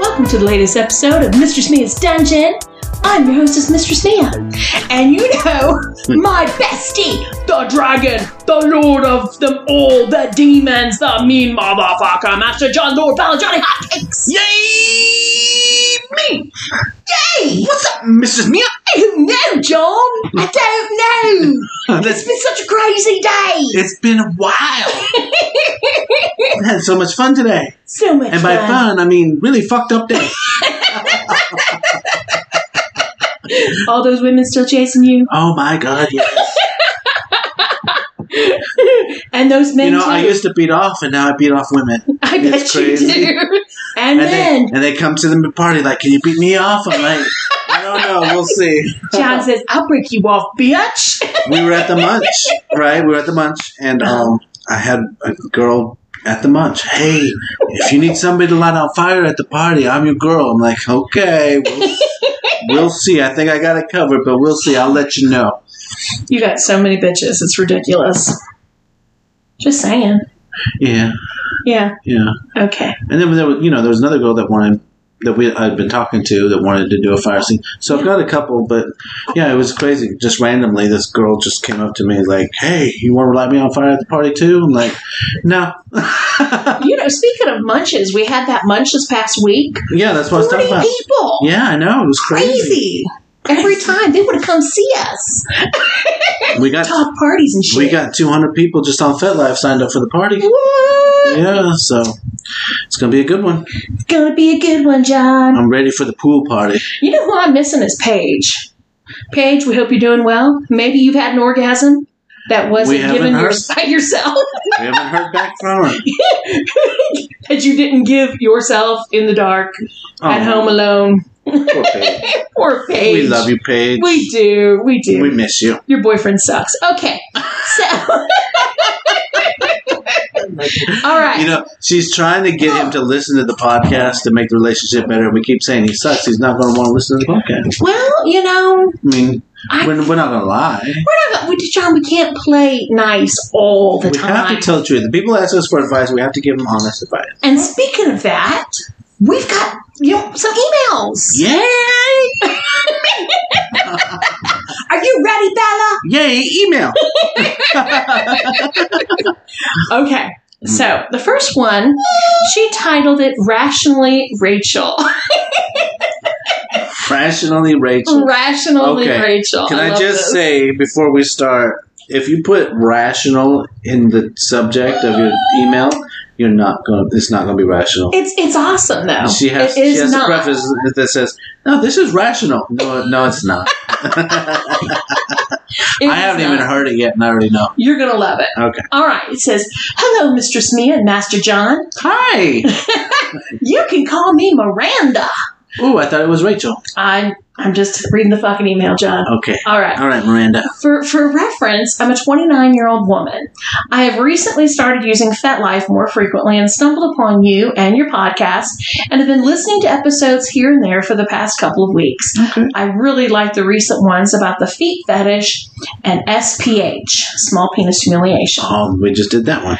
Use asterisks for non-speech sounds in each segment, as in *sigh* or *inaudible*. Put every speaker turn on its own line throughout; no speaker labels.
Welcome to the latest episode of Mistress Mia's Dungeon. I'm your hostess, Mistress Mia. And you know,
Hmm.
my bestie, the dragon, the lord of them all, the demons, the mean motherfucker, Master John Lord Ballard, Johnny Hotcakes.
Yay! Me!
Yay!
What's up, Mrs. Mia?
I don't know, John. I don't know. It's
*laughs* That's-
been such a crazy day.
it's been a *laughs* while. we had so much fun today.
So much
And by
fun.
fun, I mean really fucked up *laughs* day.
All those women still chasing you,
Oh my god, yes.
and those men
You know,
too.
I used to beat off and now I beat off women.
*laughs* I bet
It's
you
crazy.
do. And,
they,
then
and they come to the party like, can you beat me off? I'm like, I don't know, we'll see.
John says, "I'll break you off, bitch."
we were at the munch, right? We were at the munch, and um, I had a girl at the munch. Hey, if you need somebody to light on fire at the party, I'm your girl. I'm like, okay, we'll, we'll see. I think I got it covered, but we'll see. I'll let you know.
You got so many bitches. It's ridiculous. Just saying.
Yeah,
Yeah.
yeah.
Okay.
And then there was, you know, there was another girl that wanted that we I'd been talking to that wanted to do a fire scene. So I've got a couple, but yeah, it was crazy. Just randomly, this girl just came up to me like, "Hey, you want to light me on fire at the party too?" I'm like, "No." *laughs*
You know, speaking of munches, we had that munch this past week.
Yeah, that's what I was
Forty
talking about.
people.
Yeah, I know. It was crazy.
Crazy. Every time they would have come see us.
We got
Top parties and shit.
we got 200 people just on FetLife signed up for the party.
What?
Yeah, so it's gonna be a good one.
It's gonna be a good one, John.
I'm ready for the pool party.
You know who I'm missing is Paige. Paige, we hope you're doing well. Maybe you've had an orgasm that wasn't
haven't
given your,
heard.
by yourself, *laughs*
We haven't heard back from her.
that you didn't give yourself in the dark *laughs*
Oh.
at home alone.
poor Paige.
Poor Paige.
We love you, Paige.
We do. We do.
We miss you.
your boyfriend sucks. Okay.
*laughs*
So. All right.
You know, she's trying to get him to listen to the podcast to make the relationship better. We keep saying he sucks. He's not going to want to listen to the podcast.
well, you know,
I mean,
I-
we're, we're not going to lie.
we're not, we, John, we can't play nice all the
We
time.
have to tell the truth. The people ask us for advice. We have to give them honest advice.
and speaking of that, we've got you know, some emails.
Yay!
Are you ready, Bella?
Yay! Email.
Okay.
Mm.
So the first one, she titled it "Rationally Rachel." *laughs*
Rationally, Rachel.
Rationally
Okay.
Rachel.
Can I,
Oh, love
just
this.
say before we start, if you put rational in the subject of your email, you're not going. to It's not going to be rational.
it's it's awesome though?
she has.
It is
She has
not.
a preface that says, "No, this is rational." No, no, it's not.
It
I
is
haven't
not.
even heard it yet, and I already know.
You're gonna love it.
Okay.
All right. It says, "Hello, Mistress Mia and Master John.
Hi.
You can call me Miranda."
Ooh, I thought it was Rachel.
I'm I'm just reading the fucking email, John.
Okay.
All right.
All right, Miranda.
For, for reference, I'm a 29 year old woman. I have recently started using FetLife more frequently and stumbled upon you and your podcast and have been listening to episodes here and there for the past couple of weeks.
Okay.
I really like the recent ones about the feet fetish and SPH, small penis humiliation.
Oh, we just did that one.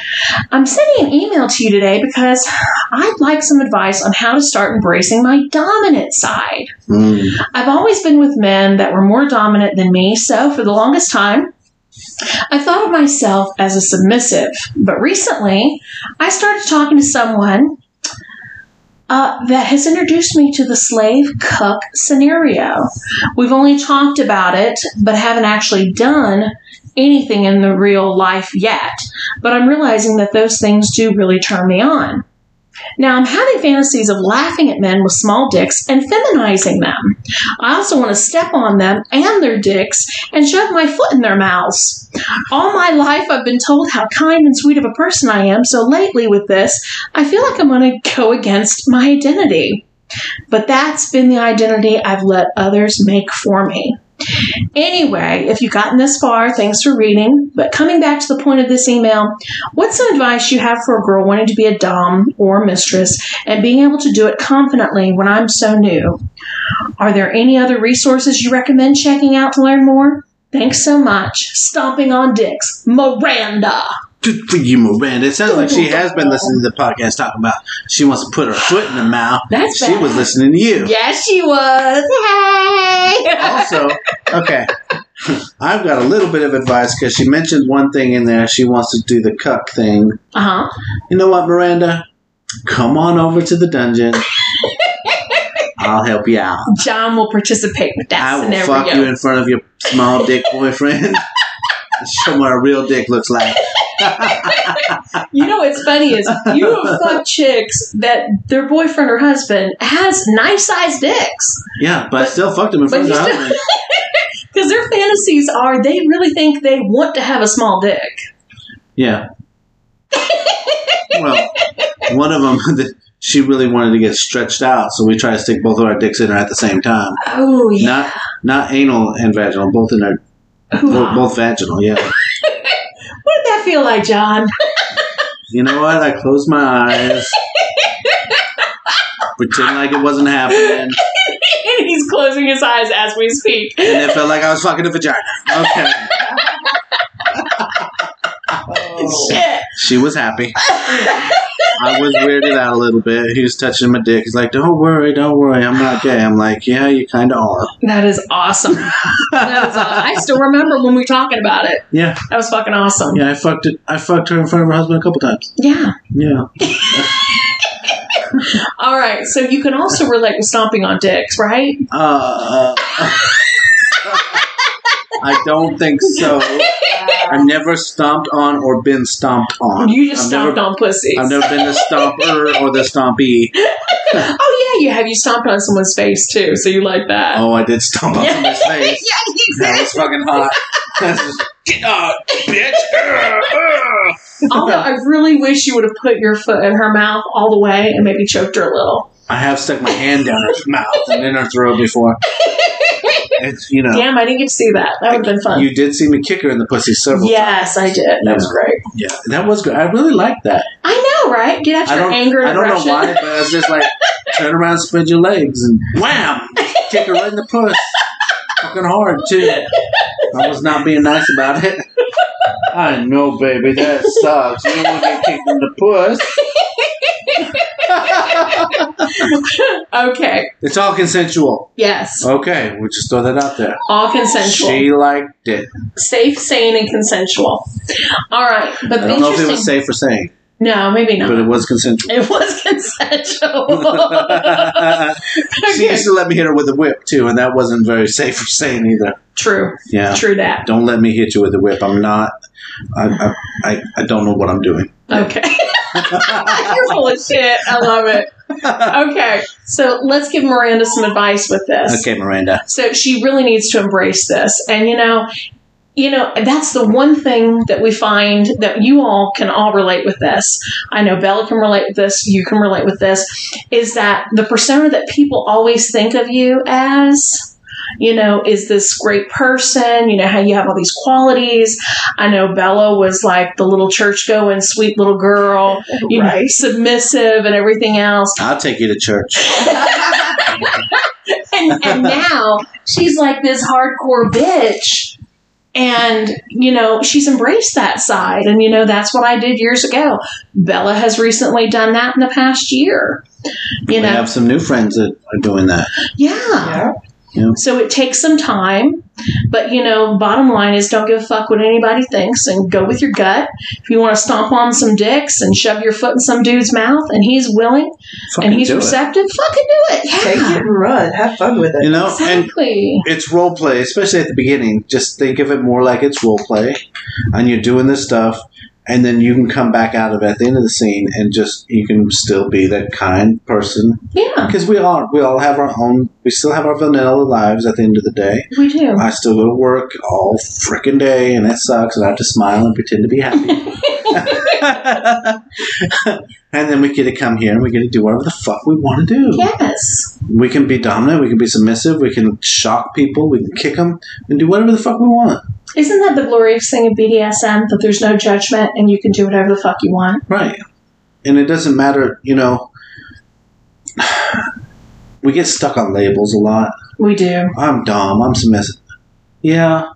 I'm sending an email to you today because I'd like some advice on how to start embracing my dominant side.
Mm.
I've always been with men that were more dominant than me, so for the longest time, I thought of myself as a submissive. But recently, I started talking to someone uh, that has introduced me to the slave cuck scenario. We've only talked about it, but haven't actually done anything in the real life yet. But I'm realizing that those things do really turn me on. Now, I'm having fantasies of laughing at men with small dicks and feminizing them. I also want to step on them and their dicks and shove my foot in their mouths. All my life, I've been told how kind and sweet of a person I am, so lately with this, I feel like I'm going to go against my identity. But that's been the identity I've let others make for me. Anyway, if you've gotten this far, thanks for reading. But coming back to the point of this email, what's some advice you have for a girl wanting to be a dom or mistress and being able to do it confidently when I'm so new? Are there any other resources you recommend checking out to learn more? Thanks so much. Stomping on dicks, Miranda.
Good for you, Miranda. It sounds like she has been listening to the podcast talking about she wants to put her foot in her mouth.
That's
she
bad.
was listening to you.
Yes, she was. Hey.
Also, okay, I've got a little bit of advice because she mentioned one thing in there. She wants to do the cuck thing.
Uh huh.
You know what, Miranda? Come on over to the dungeon. I'll help you out.
John will participate with that
I will
scenario.
fuck you in front of your small dick
*laughs*
boyfriend. Show him what a real dick looks like.
You know what's funny is you
*laughs*
have fucked chicks that their boyfriend or husband has knife sized dicks
Yeah, but I still fucked him in
But
front of
you
the
still-
husband.
because their fantasies are they really think they want to have a small dick.
Yeah. well, one of them, *laughs* she really wanted to get stretched out, so we tried to stick both of our dicks in her at the same time.
Oh yeah,
Not not anal and vaginal, both in her, both,
Hoo-ha.
both vaginal. Yeah.
what did that feel like, John? *laughs*
You know what? I closed my eyes, pretend like it wasn't happening,
and he's closing his eyes as we speak.
and it felt like I was fucking a vagina. Okay. Oh.
Shit.
She
*laughs*
was happy. I was weirded out a little bit. He was touching my dick. He's like, "Don't worry, don't worry. I'm not gay." I'm like, "Yeah, you kind of are."
That is
*laughs*
awesome. That is awesome. I still remember when we were talking about it.
Yeah,
That was fucking awesome.
yeah. I fucked it. I fucked her in front of her husband a couple times.
yeah.
Yeah.
All right. So you can also relate with stomping on dicks, right?
Uh, *laughs* I don't think so. I've never stomped on or been stomped on.
You just
I've
stomped
never,
on pussies.
I've never been the stomper or the stompy.
Oh yeah, you have. You stomped on someone's face too, so you like that.
Oh, I did stomp on
Yeah.
someone's
yeah,
face. *laughs* That was
exactly.
fucking hot. That's just, get out, bitch. Ugh,
Although I really wish you would have put your foot in her mouth all the way and maybe choked her a little.
ugh. I have stuck my hand down her mouth and in her throat before. It's you know
Damn, I didn't get to see that. That would have been fun.
you did see me kick her in the pussy several
Yes, I did. That was great.
times. Yeah, that was good. I really liked that.
I know, right? Get out
I
your
don't
anger and
I don't
aggression.
know why, but I was just like turn around, spread your legs, and wham, kick her right in the puss. Fucking hard too. I was not being nice about it. I know, baby, that sucks. You don't want to get kicked in the puss. *laughs*
*laughs* okay.
It's all consensual.
Yes.
Okay, we just throw that out there.
All consensual.
She liked it.
safe, sane, and consensual. All right. But
I
the
don't know if
interesting.
it was safe for saying,
no, maybe not. *laughs*
but it was consensual.
It was consensual.
*laughs* she
Okay.
used to let me hit her with a whip too, and that wasn't very safe for saying either.
True.
Yeah,
True that.
don't let me hit you with a whip. I'm not. I I, I, I don't know what I'm
*laughs*
doing.
Okay.
*laughs*
You're full of shit. I love it. Okay. So let's give Miranda some advice with this.
Okay, Miranda.
So she really needs to embrace this. And you know, you know, that's the one thing that we find that you all can all relate with this. I know Bella can relate with this, you can relate with this, is that the persona that people always think of you as you know, is this great person? You know, how you have all these qualities. I know Bella was like the little church going, sweet little girl, you know, submissive and everything else.
I'll take you to church.
and, and now she's like this hardcore bitch. And, you know, she's embraced that side. And, you know, that's what I did years ago. Bella has recently done that in the past year. You
we
know,
have some new friends that are doing that.
yeah.
Yeah.
So it takes some time. But, you know, bottom line is don't give a fuck what anybody thinks and go with your gut. If you want to stomp on some dicks and shove your foot in some dude's mouth and he's willing and
Fucking
he's
do it.
receptive, fucking do it. Yeah.
Take it and run. Have fun with
You
it.
know, oh, and
Exactly.
it's role play, especially at the beginning. Just think of it more like it's role play, and you're doing this stuff, and then you can come back out of it at the end of the scene, and just you can still be that kind person
yeah,
because we all we all have our own. We still have our vanilla lives at the end of the day.
we do.
I still go to work all frickin' day, and it sucks, and I have to smile and pretend to be happy. and then we get to come here and we get to do whatever the fuck we want to do.
Yes.
We can be dominant, we can be submissive, we can shock people, we can kick them, and do whatever the fuck we want.
Isn't that the glorious thing of BDSM that there's no judgment and you can do whatever the fuck you want?
Right. And it doesn't matter, you know. *sighs* We get stuck on labels a lot.
We do.
I'm Dom, I'm submissive. Yeah.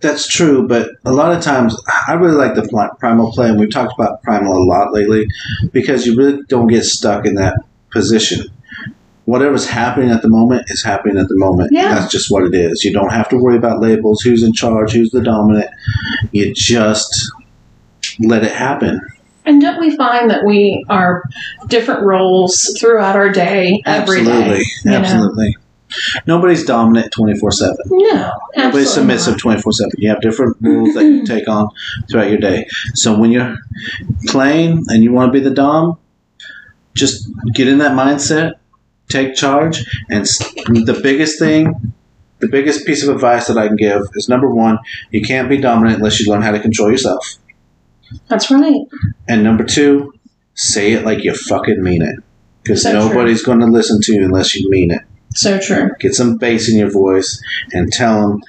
that's true, but a lot of times I really like the pl- primal play, and we've talked about primal a lot lately because you really don't get stuck in that position. Whatever's happening at the moment is happening at the moment.
Yeah.
That's just what it is. You don't have to worry about labels, who's in charge, who's the dominant. You just let it happen.
And don't we find that we are different roles throughout our day, every day?
Absolutely.
you know?
Absolutely. Nobody's dominant 24 7.
No, absolutely. Mm-hmm.
Nobody's submissive
not.
24 7. You have different rules that you take on throughout your day. So when you're playing and you want to be the Dom, just get in that mindset, take charge. And s- the biggest thing, the biggest piece of advice that I can give is number one, you can't be dominant unless you learn how to control yourself.
That's right.
And number two, say it like you fucking mean it. Because
So true.
nobody's going to listen to you unless you mean it.
So true.
Get some bass in your voice and tell them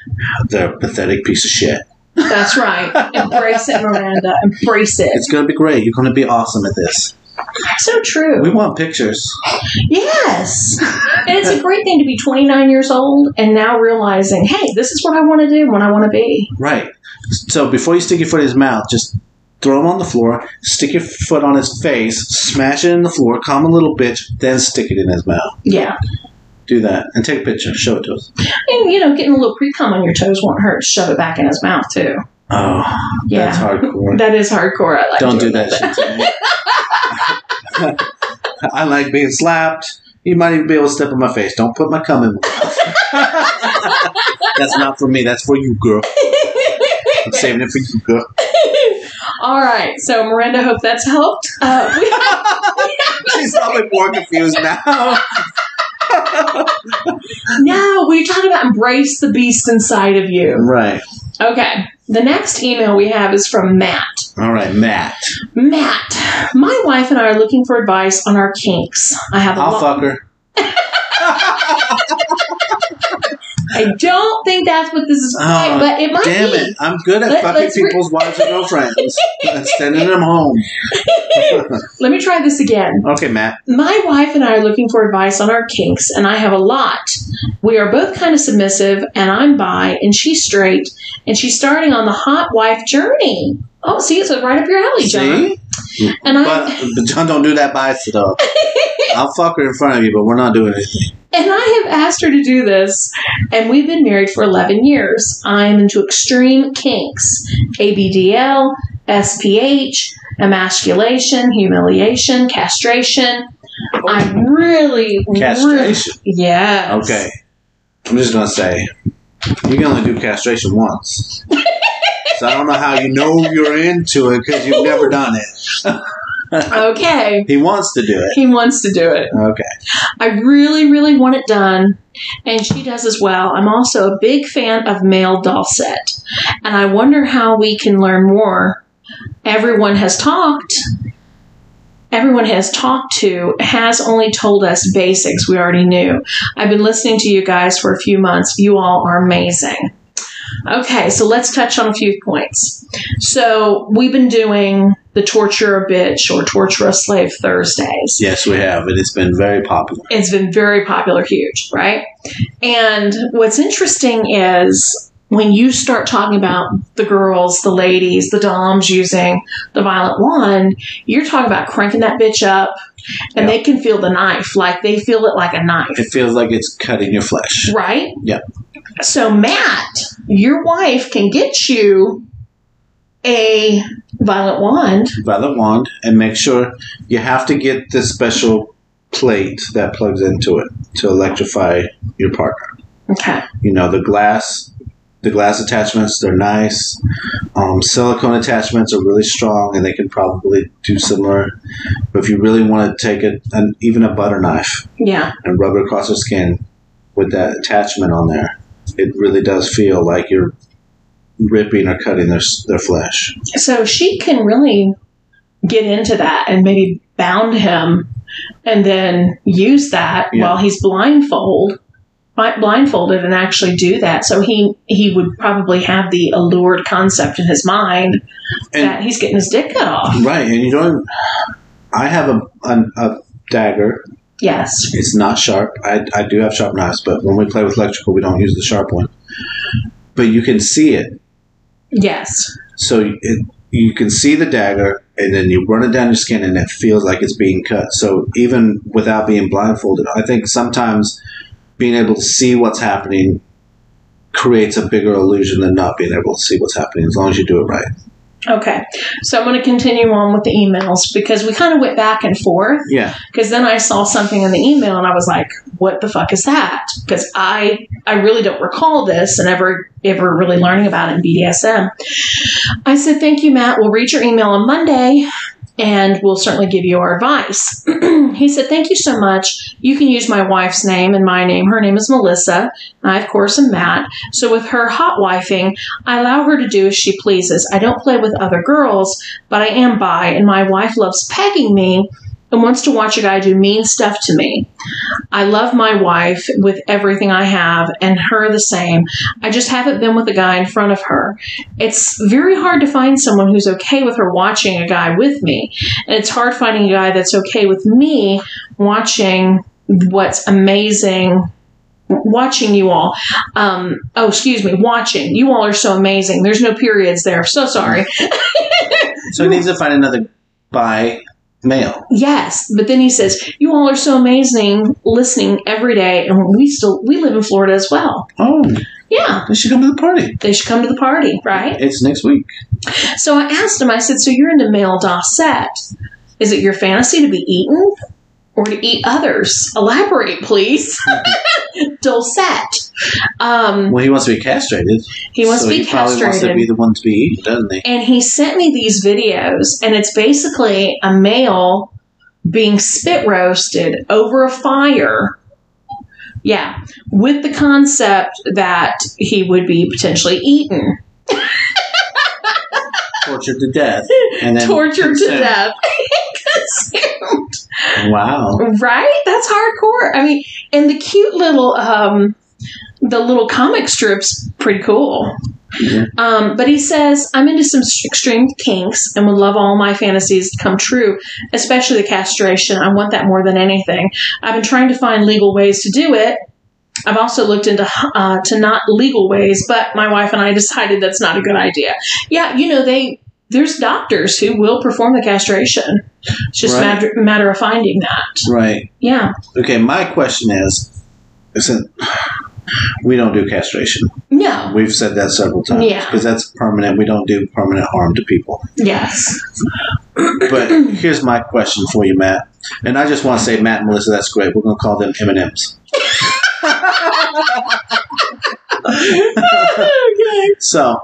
they're a pathetic piece of shit.
That's right. Embrace it, Miranda. Embrace it.
It's going to be great. You're going to be awesome at this.
So true.
We want pictures.
Yes. And it's a great thing to be 29 years old and now realizing, hey, this is what I want to do when I want to be.
Right. So before you stick your foot in his mouth, just throw him on the floor, stick your foot on his face, smash it in the floor, calm a little bitch, then stick it in his mouth.
Yeah.
Do that and take a picture. Show it to us.
And, you know, getting a little pre cum on your toes won't hurt. Shove it back in his mouth, too.
Oh,
Yeah.
that's
*laughs*
hardcore.
That is hardcore. I like
Don't do
doing
that shit to me. *laughs* I like being slapped. You might even be able to step in my face. Don't put my cum in my mouth. *laughs* that's not for me. That's for you, girl. I'm saving it for you, girl.
*laughs* All right. So, Miranda, hope that's helped. Uh, we *laughs*
She's probably more confused now.
no, we're talking about embrace the beast inside of you.
*laughs* Right.
Okay. The next email we have is from Matt.
All right, Matt.
Matt, my wife and I are looking for advice on our kinks. I have a
I'll
lot-
fuck her.
I don't think that's what this is,
Oh,
but it might
Damn
be.
it. I'm good at
Let-
fucking
let's re-
people's wives and girlfriends
*laughs*
and sending them home. *laughs*
Let me try this again.
okay, Matt.
My wife and I are looking for advice on our kinks, and I have a lot. We are both kind of submissive, and I'm bi, and she's straight, and she's starting on the hot wife journey. Oh, see, it's right up your alley, John.
See?
And I
But, but John, don't do that by
*laughs*
though. I'll fuck her in front of you, but we're not doing it.
And I have asked her to do this, and we've been married for 11 years. I'm into extreme kinks ABDL, SPH, emasculation, humiliation, castration. I'm really,
Castration.
Really, yes.
Okay. I'm just gonna say you can only do
*laughs*
castration once. so I don't know how you know you're into it because you've never done it.
Okay.
He wants to do it.
He wants to do it.
Okay.
I really, really want it done, and she does as well. I'm also a big fan of male Dulcet, and I wonder how we can learn more. Everyone has talked. Everyone has talked to has only told us basics we already knew. I've been listening to you guys for a few months. You all are amazing. Okay, so let's touch on a few points. So we've been doing the torture a bitch or torture a slave Thursdays
Yes, we have, and it's been very popular.
it's been very popular, huge, right? And what's interesting is when you start talking about the girls, the ladies, the doms using the violent wand, you're talking about cranking that bitch up, and
Yeah.
they can feel the knife, like they feel it like a knife,
It feels like it's cutting your flesh.
right?
Yeah.
So Matt, your wife can get you a violent wand.
Violet wand, and make sure you have to get this special plate that plugs into it to electrify your partner.
Okay.
you know the glass the glass attachments they're nice um, silicone attachments are really strong and they can probably do similar but if you really want to take it an, even a butter knife
Yeah.
and rub it across her skin with that attachment on there it really does feel like you're ripping or cutting their, s- their flesh
So she can really get into that and maybe bound him and then use that
Yeah.
while he's blindfold bi- blindfolded and actually do that so he he would probably have the allured concept in his mind
and
that he's getting his dick cut off
right and you don't i have a, a, a dagger
yes
It's not sharp. I, I do have sharp knives, but when we play with electrical, we don't use the sharp one. But you can see it.
Yes.
So it, you can see the dagger, and then you run it down your skin, and it feels like it's being cut. So even without being blindfolded, I think sometimes being able to see what's happening creates a bigger illusion than not being able to see what's happening, as long as you do it right.
Okay. So I'm going to continue on with the emails because we kind of went back and forth.
Yeah,
because then I saw something in the email and I was like, "What the fuck is that?" Because I I really don't recall this and ever ever really learning about it in BDSM. I said, "Thank you, Matt. We'll read your email on Monday." And we'll certainly give you our advice. *clears throat* he said, Thank you so much. You can use my wife's name and my name. Her name is Melissa. And I, of course, am Matt. So, with her hot wifing, I allow her to do as she pleases. I don't play with other girls, but I am bi, and my wife loves pegging me and wants to watch a guy do mean stuff to me. I love my wife with everything I have and her the same. I just haven't been with a guy in front of her. It's very hard to find someone who's okay with her watching a guy with me. And it's hard finding a guy that's okay with me watching what's amazing watching you all. Um, oh, excuse me, watching. You all are so amazing. There's no periods there. So sorry.
so it needs to find another by male.
Yes, but then he says, "You all are so amazing, listening every day, and we still we live in Florida as well."
Oh,
Yeah,
they should come to the party.
they should come to the party, right?
It's next week.
So I asked him. I said, "So you're into male dosset? Is it your fantasy to be eaten or to eat others? Elaborate, please." *laughs* dosset. Um,
Well, he wants to be castrated.
he wants
so
to be
he probably
castrated.
wants to be the one to be eaten, doesn't he?
and he sent me these videos and it's basically a male being spit roasted over a fire yeah with the concept that he would be potentially eaten
Tortured to death,
*laughs*
and then
tortured to
consumed.
death *laughs* Consumed.
Wow.
right that's hardcore i mean and the cute little um the little comic strips pretty cool
Yeah.
Um, but he says, I'm into some s- extreme kinks and would love all my fantasies to come true, especially the castration. I want that more than anything. I've been trying to find legal ways to do it. I've also looked into uh, to not legal ways, but my wife and I decided that's not a good idea. Yeah, you know they there's doctors who will perform the castration. It's just a
Right.
matter, matter of finding that.
Right.
Yeah,
Okay. My question is, isn't we don't do castration.
no,
We've said that several times
Yeah.
because that's permanent. We don't do permanent harm to people. *laughs*
yes, *laughs* *clears throat*
But here's my question for you, Matt. And I just want to say, Matt and Melissa, that's great. We're going to call them M and M's.
okay,
So,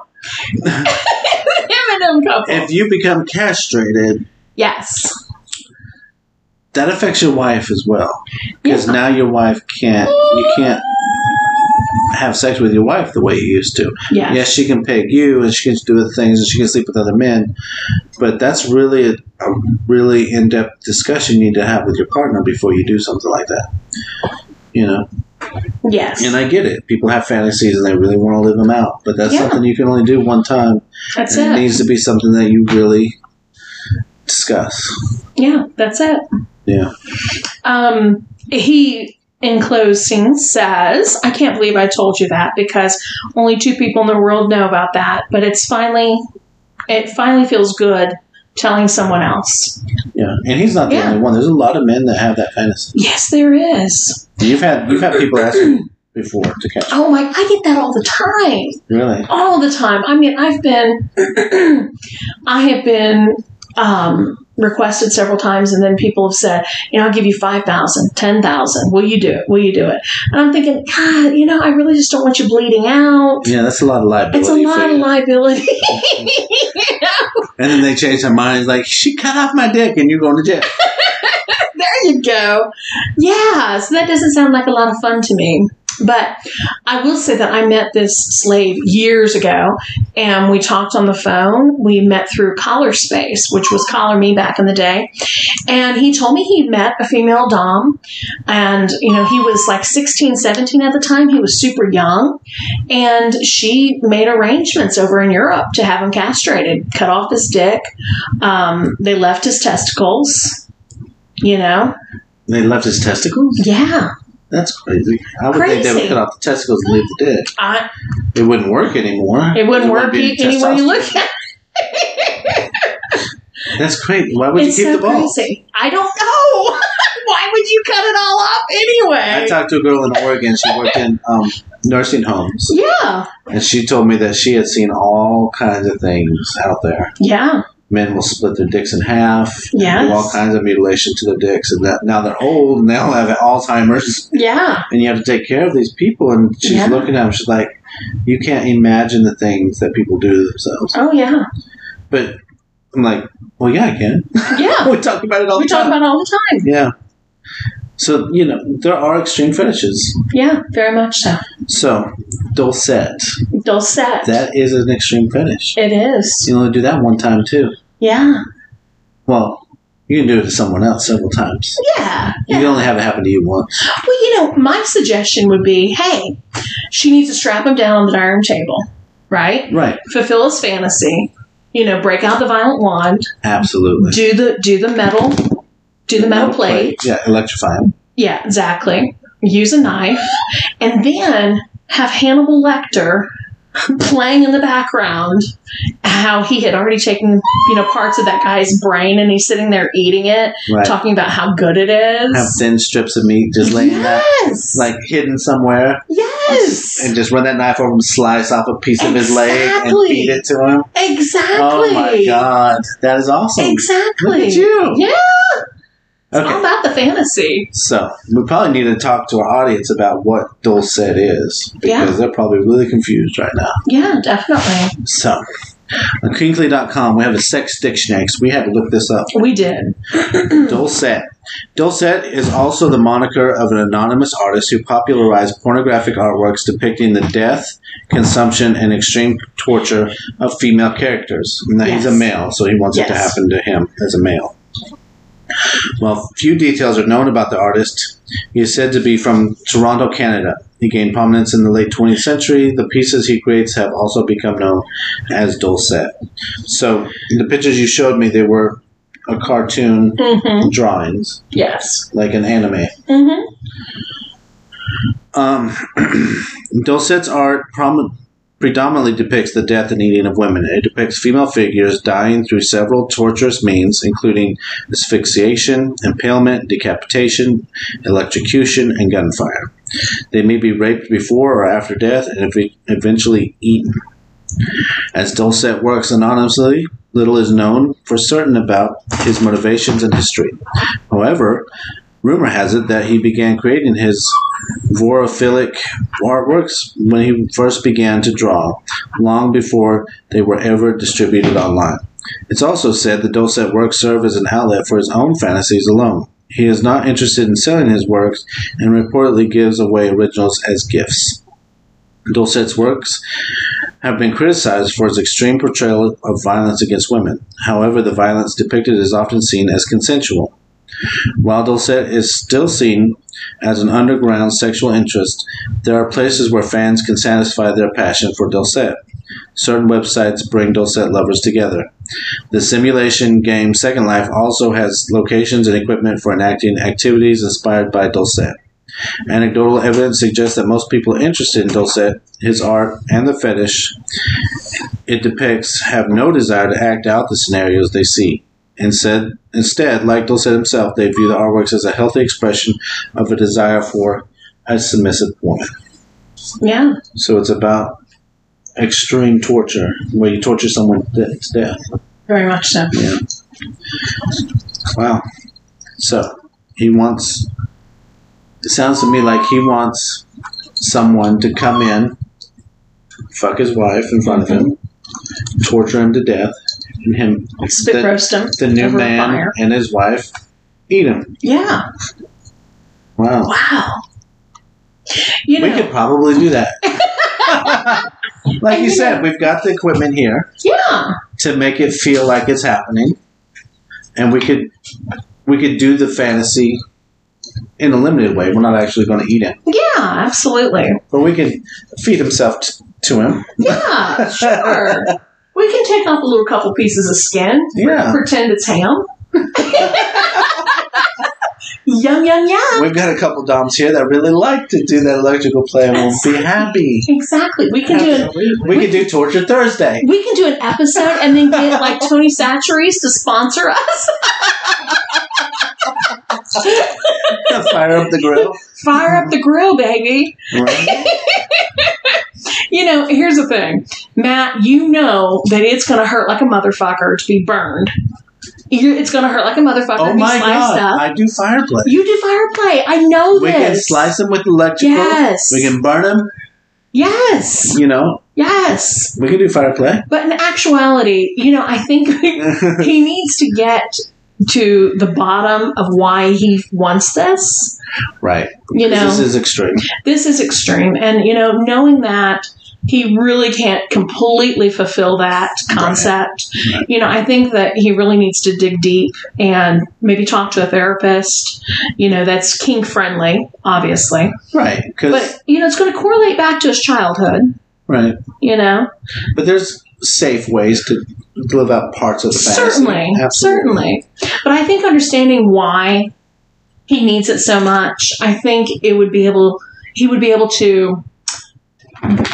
M&M couple.
if you become castrated,
yes.
that affects your wife as well, because now your wife can't. You can't have sex with your wife the way you used to.
Yeah.
Yes, she can peg you, and she can do other things, and she can sleep with other men. But that's really a, a really in depth discussion you need to have with your partner before you do something like that. You know.
Yes.
And I get it. People have fantasies and they really want to live them out, but that's
Yeah.
something you can only do one time.
That's
and it
it.
needs to be something that you really discuss.
yeah, that's it.
Yeah.
Um, he, in closing, says, I can't believe I told you that because only two people in the world know about that, but it's finally, it finally feels good telling someone else.
Yeah. And he's not the
Yeah.
only one. There's a lot of men that have that fantasy.
Yes, there is.
And You've had you've had people ask you before to catch.
Oh my, I get that all the time.
Really?
all the time. I mean, I've been, *clears throat* I have been um, requested several times, and then people have said, you know, I'll give you 5,000, 10,000. Will you do it? Will you do it? And I'm thinking, God, you know, I really just don't want you bleeding out.
Yeah, that's a lot of liability.
It's a lot
for
of
you.
liability. *laughs*
And then they change their mind. It's like she cut off my dick, and you're going to jail.
there you go. Yeah, so that doesn't sound like a lot of fun to me. But I will say that I met this slave years ago and we talked on the phone. We met through Collar Space, which was Collar Me back in the day. And he told me he met a female Dom and, you know, he was like 16, 17 at the time. He was super young. And she made arrangements over in Europe to have him castrated, cut off his dick. Um, they left his testicles, you know,
They left his testicles.
yeah.
That's crazy. I would think they would
Crazy.
cut off the testicles and leave the dick.
I,
It wouldn't work anymore.
it wouldn't
There
work
be
any way you
testosterone.
look at it.
That's crazy. Why would
it's
you keep
so
the balls?
crazy. I don't know. *laughs* Why would you cut it all off anyway?
I talked to a girl in Oregon. She worked in um, nursing homes,
yeah.
and she told me that she had seen all kinds of things out there.
Yeah.
Men will split their dicks in half.
Yes.
Do all kinds of mutilation to their dicks, and that now they're old and they all have Alzheimer's,
Yeah.
and you have to take care of these people. And she's
Yeah.
looking at them. She's like, "You can't imagine the things that people do to themselves."
Oh, yeah.
But I'm like, "Well, yeah, I can. *laughs*
Yeah.
we talk about it all
We
the
talk
time."
about it all the time.
yeah. So you know there are extreme fetishes.
Yeah, very much so.
So Dulcet.
Dulcet.
That is an extreme fetish.
it is.
You only do that one time too.
Yeah.
Well, you can do it to someone else several times.
Yeah.
You can only have it happen to you once.
Well, you know, my suggestion would be, hey, she needs to strap him down on the dining room table, right?
Right.
Fulfill his fantasy. You know, break out the violent wand.
Absolutely.
Do the do the metal, do the metal plate.
Yeah, electrify him.
Yeah, exactly. Use a knife, and then have Hannibal Lecter playing in the background how he had already taken you know parts of that guy's brain and he's sitting there eating it
Right.
talking about how good it is
Have thin strips of meat just laying out,
yes
like hidden somewhere,
yes
and just run that knife over him, slice off a piece of his leg, and
Exactly.
feed it to him.
Exactly.
Oh my god, that is awesome.
Exactly.
Look at you.
Yeah. It's
Okay.
all about the fantasy.
So we probably need to talk to our audience about what Dulcet is because
Yeah.
they're probably really confused right now.
Yeah, definitely.
So, on Kinkley.com, we have a sex dictionary 'cause we had to look this up.
We did.
*clears throat* Dulcet. Dulcet is also the moniker of an anonymous artist who popularized pornographic artworks depicting the death, consumption, and extreme torture of female characters. Now, he's a
Yes.
male, so he wants it to
Yes.
happen to him as a male. Well, few details are known about the artist. He is said to be from Toronto, Canada. He gained prominence in the late 20th century. The pieces he creates have also become known as Dulcet. So, the pictures you showed me, they were a cartoon
Mm-hmm.
drawings,
Yes.
like an anime.
Mm-hmm.
Um, *clears throat* Dulcet's art prom- predominantly depicts the death and eating of women. It depicts female figures dying through several torturous means, including asphyxiation, impalement, decapitation, electrocution, and gunfire. They may be raped before or after death and ev- eventually eaten. As Dulcet works anonymously, little is known for certain about his motivations and history. However, rumor has it that he began creating his vorophilic artworks when he first began to draw, long before they were ever distributed online. It's also said the Dulcet works serve as an outlet for his own fantasies alone. He is not interested in selling his works and reportedly gives away originals as gifts. Dulcet's works have been criticized for his extreme portrayal of violence against women. However, the violence depicted is often seen as consensual. While Dulcet is still seen as an underground sexual interest, there are places where fans can satisfy their passion for Dulcet. Certain websites bring Dulcet lovers together. The simulation game Second Life also has locations and equipment for enacting activities inspired by Dulcet. Anecdotal evidence suggests that most people interested in Dulcet, his art, and the fetish it depicts have no desire to act out the scenarios they see. Instead, instead, like Dulcet himself, they view the artworks as a healthy expression of a desire for a submissive woman.
Yeah.
So it's about extreme torture, where you torture someone to to death.
Very much so.
Wow. So he wants. It sounds to me like he wants someone to come in, fuck his wife in front of him, torture him to death, and him,
Spit
the,
roast him.
the new
over a
man
fire.
and his wife, eat him.
Yeah.
Wow.
Wow. You know.
We could probably do
*laughs*
that. like you said, we've got the equipment here
yeah.
to make it feel like it's happening, and we could we could do the fantasy in a limited way. We're not actually going to eat him,
Yeah. Absolutely.
but we can feed himself t- to him.
*laughs*
*laughs*
Yeah. sure. We can take off a little couple pieces of skin.
Yeah.
Pretend it's ham. *laughs* Yum, yum, yum.
We've got a couple doms here that really like to do that electrical play and will be happy.
Exactly. We can do an,
We could do Torture Thursday.
*laughs* we can do an episode and then get like Tony Satcheries to sponsor us.
Fire up the grill.
Fire up the grill, baby.
Right?
You know, here's the thing, Matt. You know that it's going to hurt like a motherfucker to be burned. You, it's going to hurt like a motherfucker
Oh
to be
my
sliced
god!
up.
I do fire play.
you do fire play. I know
We
this.
can slice them with electrical.
Yes.
We can burn them.
Yes.
You know,
Yes.
we can do fire play. *laughs*
But in actuality, you know, I think *laughs* he needs to get to the bottom of why he wants this.
right.
You know,
This is extreme.
this is extreme. And, you know, knowing that he really can't completely fulfill that concept,
Right.
you know, I think that he really needs to dig deep and maybe talk to a therapist, you know, that's kink friendly, obviously.
Right. Because
But, you know, it's going to correlate back to his childhood,
right.
you know?
But there's safe ways to live out parts of the fantasy.
Certainly, certainly. But I think understanding why he needs it so much, I think it would be able he would be able to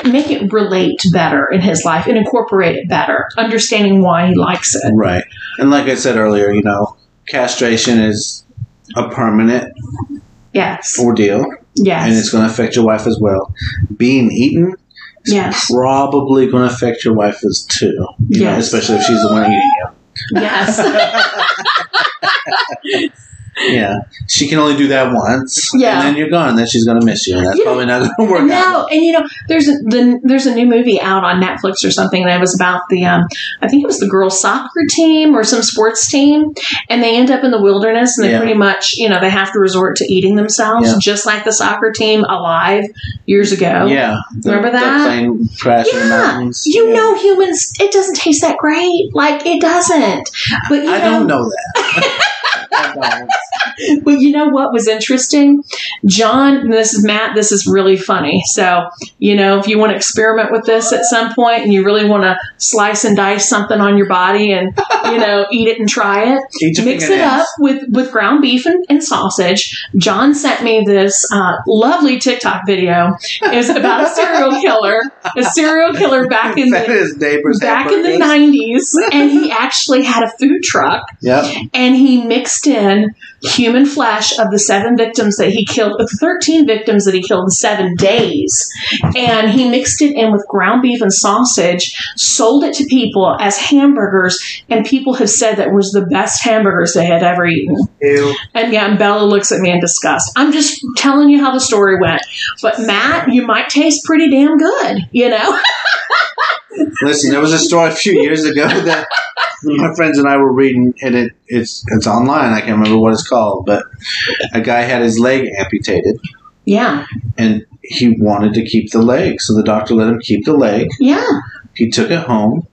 make it relate better in his life and incorporate it better, understanding why he likes it.
Right. And like I said earlier, you know, castration is a permanent
Yes.
ordeal, and it's
Yes.
going to affect your wife as well. Being eaten is
Yes.
probably going to affect your wife as too. You know,
Yes.
especially if she's the
*laughs*
one eating you.
Yes.
Yeah. She can only do that once.
Yeah.
And then you're gone. Then she's going to miss you. And that's
Yeah.
probably not going to work out.
no, and you know, there's a the, there's a new movie out on Netflix or something that was about the um, I think it was the girls soccer team or some sports team, and they end up in the wilderness and they
Yeah.
pretty much you know they have to resort to eating themselves
Yeah.
just like the soccer team alive years ago.
Yeah.
Oh, Remember
the,
that?
The plane crash in the
Yeah.
mountains.
You
Yeah.
know, humans, it doesn't taste that great. Like it doesn't. But you
I
know,
don't know that.
*laughs*
I don't.
Well, you know what was interesting? John, and this is Matt, this is really funny. So, you know, if you want to experiment with this at some point and you really want to slice and dice something on your body and, you
*laughs*
know, eat it and try it,
Eat your
mix it
fingernails.
up with, with ground beef and, and sausage. John sent me this uh, lovely TikTok video. It was about a serial
*laughs*
killer, a serial killer back in
that
the.
is neighbors
Back in the
hamburgers.
90s, and he actually had a food truck
Yep.
and he mixed in human flesh of the seven victims that he killed, the 13 victims that he killed in seven days. And he mixed it in with ground beef and sausage, sold it to people as hamburgers, and people have said that was the best hamburgers they had ever eaten.
Ew.
And yeah, and Bella looks at me in disgust. I'm just telling you how the story went. But Matt, you might taste pretty damn good, you know?
Listen, there was a story a few years ago *laughs* that my friends and I were reading, and it, it's it's online. I can't remember what it's called, but a guy had his leg amputated,
Yeah,
and he wanted to keep the leg, so the doctor let him keep the leg.
yeah.
He took it home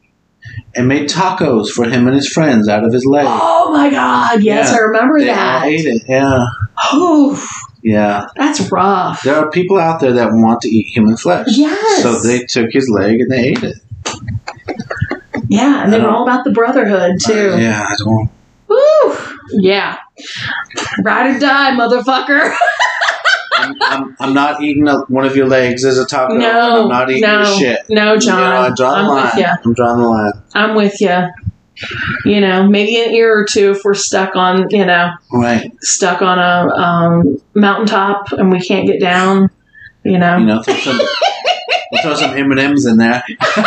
and made tacos for him and his friends out of his leg.
Oh my God. Yes,
Yeah.
I remember
They all
that.
ate it. Yeah,
Oh,
yeah.
that's rough.
There are people out there that want to eat human flesh.
Yes.
So they took his leg and they ate it.
Yeah, and they
I
were
don't-
all about the brotherhood too.
Uh-huh. Yeah, I don't.
Woo! Yeah. Ride or die, motherfucker.
I'm, I'm, I'm not eating a, one of your legs as a taco.
No,
I'm not eating
no,
your shit.
*laughs* No,
You know, I
John.
draw the
I'm
line.
with you.
I'm drawing the line.
I'm with you. You know, maybe an ear or two if we're stuck on, you know,
Right.
stuck on a um, mountaintop and we can't get down. You know.
You know, throw some, we'll throw some M&Ms in there. *laughs* they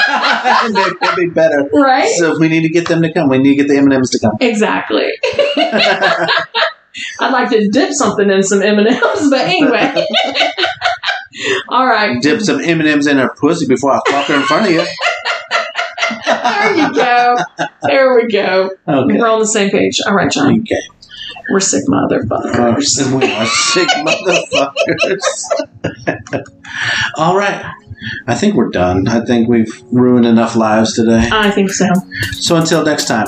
will be better.
Right.
So if we need to get them to come, we need to get the M&Ms to come.
Exactly.
*laughs*
I'd like to dip something in some M and M's, but
*laughs*
anyway. *laughs* All right.
Dip some M&Ms in her pussy before I fuck her in front of you.
There you go. There we go.
Okay.
We're on the same page. All right, John.
Okay.
We're sick
Uh,
motherfuckers.
we are *laughs* sick motherfuckers. All right. I think we're done. I think we've ruined enough lives today.
I think so.
So until next time,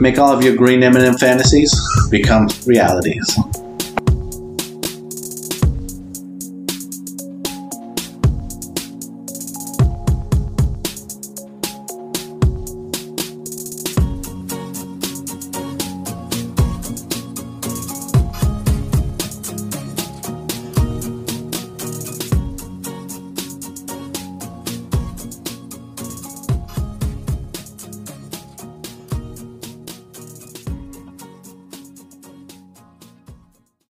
make all of your green M&M fantasies become realities.